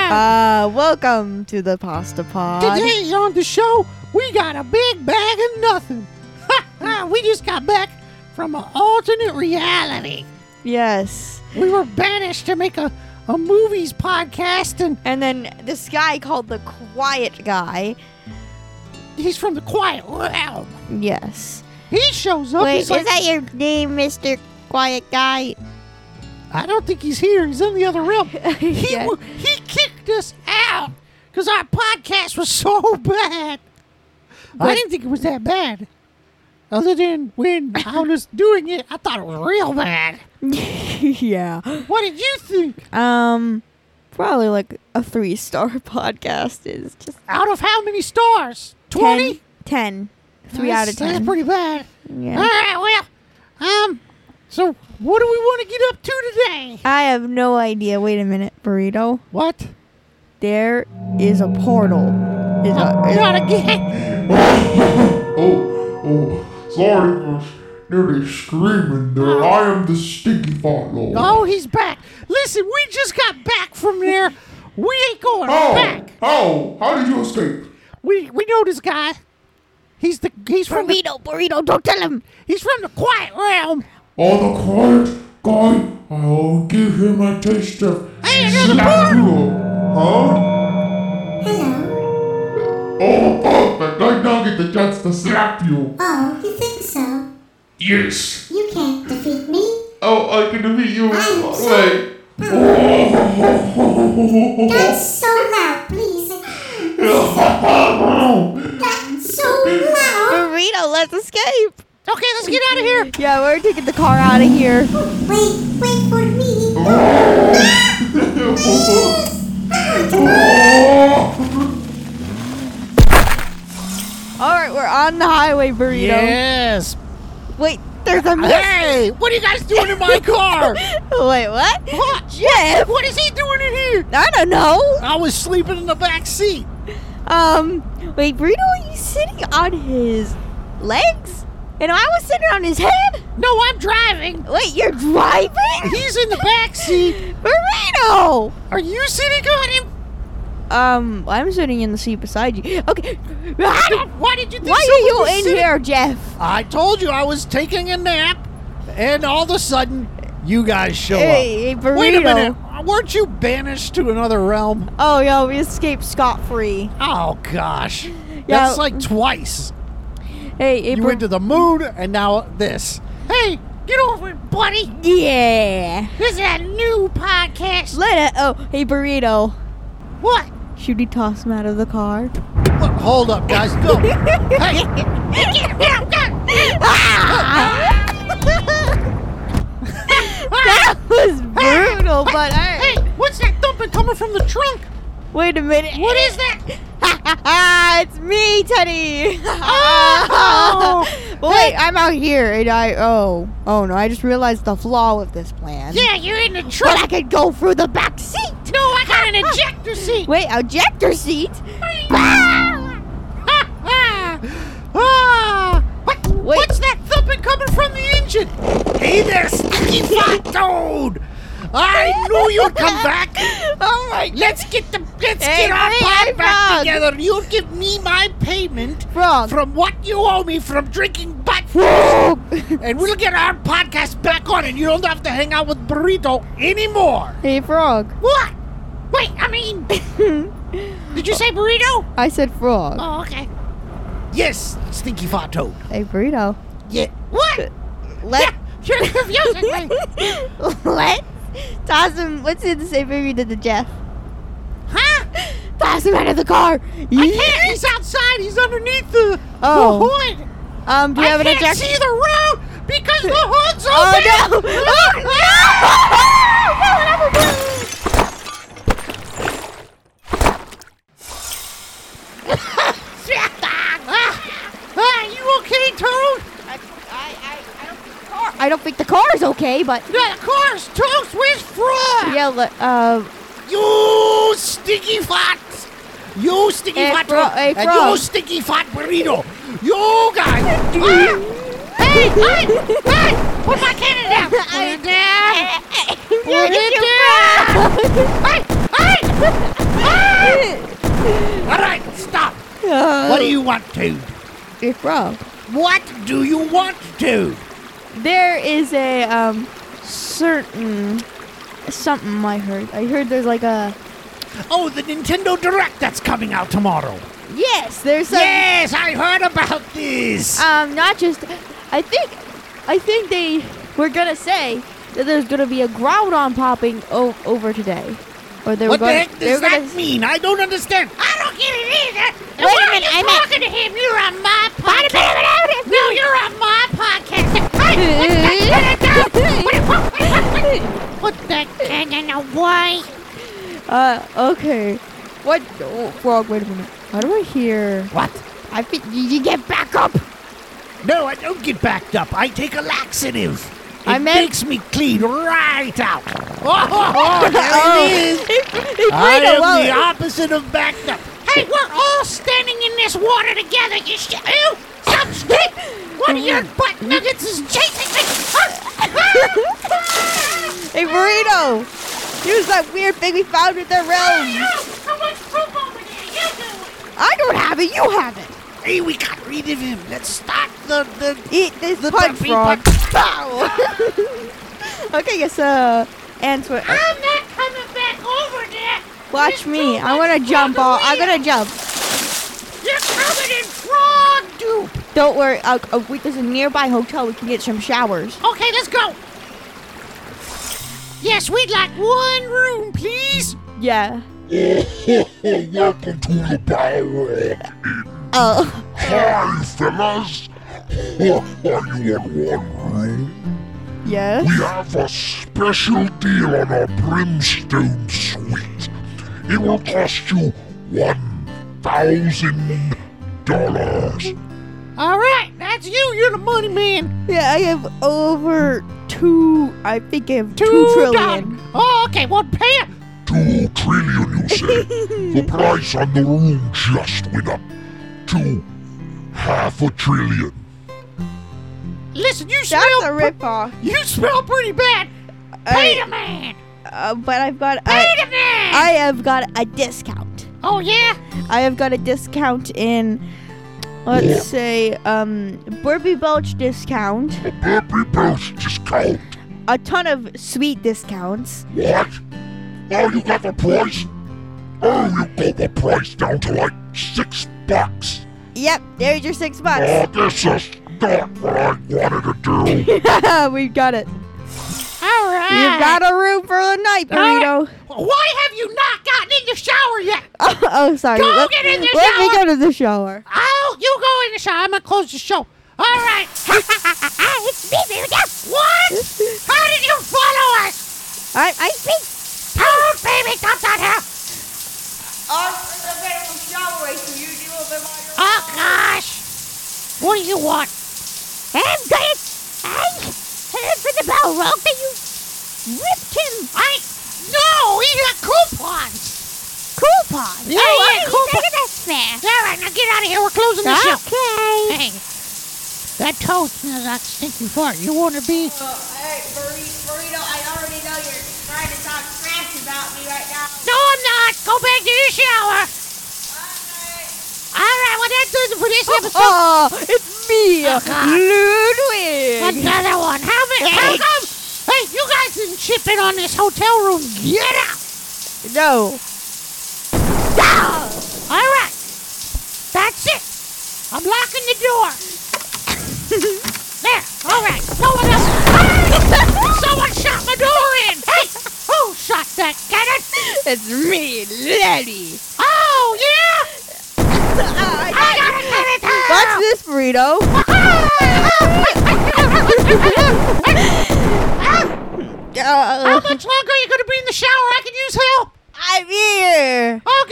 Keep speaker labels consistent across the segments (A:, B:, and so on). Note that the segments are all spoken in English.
A: Uh, welcome to the Pasta Pod.
B: Today on the show, we got a big bag of nothing. Ha, ha, we just got back from an alternate reality.
A: Yes.
B: We were banished to make a, a movies podcast, and
A: And then this guy called the Quiet Guy.
B: he's from the quiet realm.
A: Yes.
B: He shows up. he's like,
A: your name, Mr. Quiet Guy?
B: I don't think he's here. He's in the other room. He
A: Yeah.
B: wa- he kicked us out because our podcast was so bad. I
A: But-
B: didn't think it was that bad. Other than when I was doing it, I thought it was real bad.
A: yeah.
B: What did you think?
A: Um, probably like a three star podcast is just
B: Out of how many stars? 20?
A: 10. 3 out of 10.
B: That's pretty bad.
A: yeah.
B: All right, well, um, so what do we want to get up to today?
A: I have no idea. Wait a minute, burrito.
B: What?
A: There is a portal. Is a, is-
B: Not again.
C: Oh, oh, sorry for nearly screaming there. I am the stinky fart lord.
B: Oh, he's back. Listen, we just got back from there. We ain't going
C: How?
B: back.
C: How? How did you escape?
B: We we know this guy. He's the he's from the,
A: burrito, burrito, don't tell him.
B: he's from the quiet realm.
C: Oh, the quiet guy. I'll give him a taste of.
B: Hey, another
C: slap you up. Huh? Oh, perfect. I now get the chance to slap you.
D: Oh, you think so?
C: Yes.
D: You can't defeat me.
C: Oh, I can defeat you.
D: I'm so-
C: Wait.
D: That's so loud, please. That's so loud.
A: Burrito, let's escape.
B: Okay, let's get out of here.
A: Yeah, we're taking the car out of here.
D: Wait, wait for me.
C: Oh,
A: All right, we're on the highway, burrito.
B: Yes.
A: Wait, there's a mess.
B: Hey, what are you guys doing in my car?
A: Wait, what?
B: What?
A: Jeff,
B: what is he doing in here?
A: I don't know.
B: I was sleeping in the back seat.
A: Um, wait, burrito, are you sitting on his legs? And I was sitting on his head.
B: No, I'm driving.
A: Wait, you're driving,
B: He's in the back seat.
A: burrito.
B: Are you sitting on him?
A: Um, I'm sitting in the seat beside you. Okay. Ah!
B: Why did you think
A: Why are
B: someone
A: you
B: was
A: in
B: sitting-
A: here, Jeff?
B: I told you I was taking a nap, and all of a sudden, you guys show up.
A: Hey, hey, burrito.
B: Wait a minute. Weren't you banished to another realm?
A: Oh, yeah, we escaped scot free.
B: Oh gosh,
A: Yeah.
B: that's like twice.
A: Hey, hey,
B: You
A: bur-
B: went to the moon, and now this. Hey, get over it, buddy.
A: yeah.
B: This is a new podcast.
A: Let it. Oh, hey, burrito.
B: What?
A: Should we toss him out of the car?
B: Look, hold up, guys. No. hey,
A: that was brutal, but I.
B: hey, what's that thumping coming from the trunk?
A: Wait a minute.
B: What is that?
A: it's me, Teddy.
B: Oh!
A: But wait, I'm out here, and I oh oh no, I just realized the flaw with this plan.
B: you're in the
A: but I could go through the back seat.
B: No, I got an ejector seat.
A: Wait, ejector seat.
B: ah, what, what's that thumping coming from the engine? Hey there, Stinky Fat Toad! I knew you'd come back.
A: Oh my
B: Let's get the let's
A: Hey,
B: get our
A: hey,
B: pie
A: hey,
B: back
A: Frog.
B: together. You give me my payment
A: frog.
B: from what you owe me from drinking butt, and we'll get our podcast back on, and you don't have to hang out with Burrito anymore.
A: hey frog.
B: What? Wait, I mean, did you say Burrito?
A: I said frog.
B: Oh, okay. Yes, Stinky Fat Toad.
A: Hey burrito.
B: Yeah. What?
A: Let
B: you're confusing me.
A: let toss him. What's in the same movie that the Jeff?
B: Huh?
A: Toss him out of the car.
B: I can't. He's outside. He's underneath the,
A: Oh.
B: the hood.
A: Um, do you
B: I
A: have an
B: can't
A: ejection?
B: see the road because the hood's
A: Oh
B: open.
A: no! Oh no!
B: ah, ah, you okay, Toad?
A: I, I, I don't think the car. I don't think the car is okay, but
B: Yeah, of course. Toast with frog.
A: yeah. le- Uh,
B: You sticky fat. You sticky
A: Hey,
B: fat.
A: Fro-
B: Toad,
A: hey,
B: and
A: Frog.
B: you sticky fat burrito. You guys. Ah! Hey, hey, hey! Put my cannon down. Put it down.
A: you're
B: Put it
A: you're
B: down.
A: wrong.
B: Hey, hey! All right, stop. What do you want to?
A: Bro,
B: What do you want to?
A: there is a um certain something I heard. I heard there's like a
B: Oh, the Nintendo Direct that's coming out tomorrow.
A: yes, there's some
B: yes, I heard about this.
A: um not just I think I think they were gonna say that there's gonna be a Groudon popping o- over today, or they were
B: what the
A: going.
B: heck
A: they
B: does
A: were
B: that
A: gonna,
B: mean? I don't understand. I don't get it either.
A: Wait a minute, I'm at-
B: to him. You're on my podcast. No, you're on my podcast. What the heck? I know why.
A: uh, okay. What? Oh, frog, wait a minute. How do I hear?
B: What?
A: I think did you get back up?
B: No, I don't get backed up. I take a laxative. It
A: I meant-
B: makes me clean right out. Oh, there
A: Oh.
B: it is. I
A: Wait a
B: am the
A: moment.
B: opposite of backed up. Hey, we're all standing in this water together. You sh- ew, stop stick. One of your butt nuggets is chasing me.
A: Hey, burrito! Use that weird thing we found in the realm. I don't have it. You have it.
B: hey, we got rid of him. Let's start the the
A: Eat this
B: the
A: punch
B: puppy
A: frog.
B: punch. Bow.
A: Okay, yes, uh, answer.
E: I'm not coming back over there.
A: Watch
E: There's
A: me.
E: too
A: I'm
E: much
A: gonna jump
E: frog
A: all. I'm
E: away.
A: gonna jump.
E: You're covered in frog dupe.
A: Don't worry. Uh, uh, wait, there's a nearby hotel. We can get some showers.
E: Okay, let's go. Yes, we'd like one room, please.
A: Yeah.
C: Welcome to the Power
A: Oh.
C: Hi, fellas. Are you on one room?
A: Yes.
C: We have a special deal on our Brimstone Suite. It will cost you $1,000.
E: All right, that's you. You're the money man.
A: Yeah, I have over two. I think I have two,
E: dollars. Oh, okay. Well, pay it.
C: Two trillion, you say? the price on the room just went up to half a trillion.
E: Listen, you
A: That's
E: smell.
A: a
E: pre-
A: ripoff.
E: you smell pretty bad. Pay
A: I,
E: the man.
A: uh, but I've got.
E: Pay
A: I,
E: the man.
A: I have got a discount.
E: oh yeah.
A: I have got a discount in, let's say, um, Burpee Belch discount,
C: A burpee belch discount.
A: a ton of sweet discounts.
C: What? Oh, you got the price? Oh, you got the price down to like six bucks.
A: Yep, there's your six
C: Oh,
A: bucks.
C: this is not what I wanted to do.
A: We've got it.
E: All right.
A: You've got a room for the night, burrito.
E: Why have you not gotten in the shower yet?
A: Oh, sorry.
E: Go
A: let,
E: get in the
A: let me
E: shower.
A: go to the shower.
E: Oh, you go in the shower. I'm gonna close the show. All right. it's me, baby. What? How did you follow us?
A: I, I think.
E: Oh, baby, come down here. Oh, gosh. What do you want? I'm good. I heard from the bell rope that you ripped him. I no, he got coupons. Coupons. Yeah, yeah, coupons. That's fair. All right, now get out of here. We're closing the show.
A: Okay.
E: Hey, that toast smells like stinking fart. You want to be? No, I'm not. Go back to your shower. All right, well, that does it for this episode. Oh,
A: Oh, it's me, Ludwig.
E: Another one. How many? How come? Hey, you guys didn't chip in on this hotel room. Get out.
A: No.
E: All right. That's it. I'm locking the door. there. All right. No one else. Ah! Someone shot my door in. Hey, who shot that cannon?
A: It's me, Letty.
E: Oh, yeah. I gotta get it down.
A: Watch this, burrito.
E: Ah. How
A: Uh,
E: much longer are you gonna be in the shower? I can use help.
A: I'm here.
E: Oh,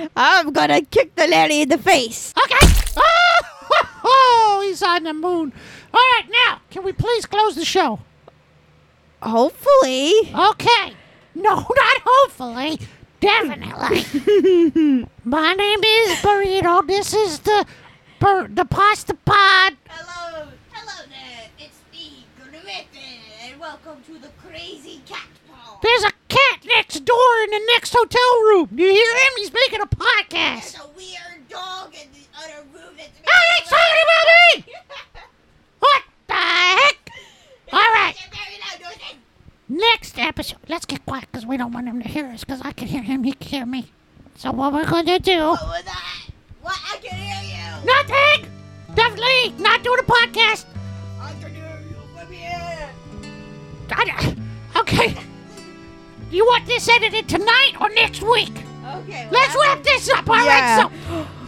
E: good.
A: I'm gonna kick the lady in the face.
E: Okay. Oh, oh, he's on the moon. All right, now can we please close the show?
A: Hopefully.
E: Okay. No, not hopefully. Definitely. My name is Burrito. This is the bur- the pasta pod.
F: Hello, hello there. It's me, Griffin, and welcome to the Crazy Cat Paw.
E: There's a cat
B: cat next door in the next hotel room. Do you hear him? He's making a podcast.
F: There's a weird dog in the other room that's making
B: Hey, it's talking about me! What the heck? All right, next episode. Let's get quiet because we don't want him to hear us because I can hear him, he can hear me. So what we're going to do...
F: What was that? What? I can hear you.
B: Nothing! Definitely not doing a podcast.
F: I can hear you from here.
B: I, okay. Do you want this edited tonight or next week?
F: Okay. well,
B: Let's
F: I-
B: wrap this up. All right.
A: Yeah.
B: So,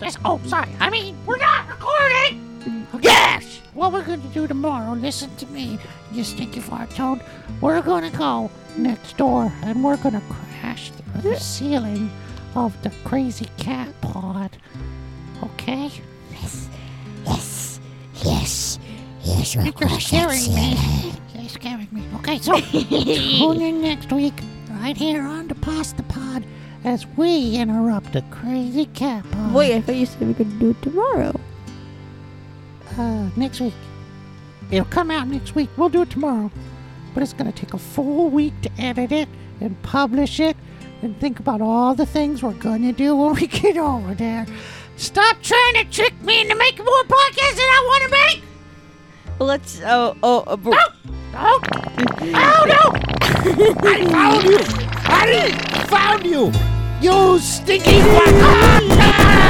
B: yes, oh, sorry. I mean, we're not recording. Yes. What we're going to do tomorrow? Listen to me, you stinky fart toad. We're going to go next door and we're going to crash through the ceiling of the crazy cat pod. Okay.
E: Yes, yes, yes, we're
B: You're
E: crashing.
B: scaring me. You're scaring me. Okay, so tune in next week, right here on the Pasta Pod, as we interrupt the crazy cat pod.
A: Wait, I thought you said we could do it tomorrow.
B: Uh, next week. It'll come out next week. We'll do it tomorrow. But it's going to take a full week to edit it and publish it and think about all the things we're going to do when we get over there. Stop trying to trick me into making more podcasts than I want to make!
A: Well, let's. Oh, oh, uh, bro-
B: Oh, oh no! I found you! I found you! You stinky fucker! Ah!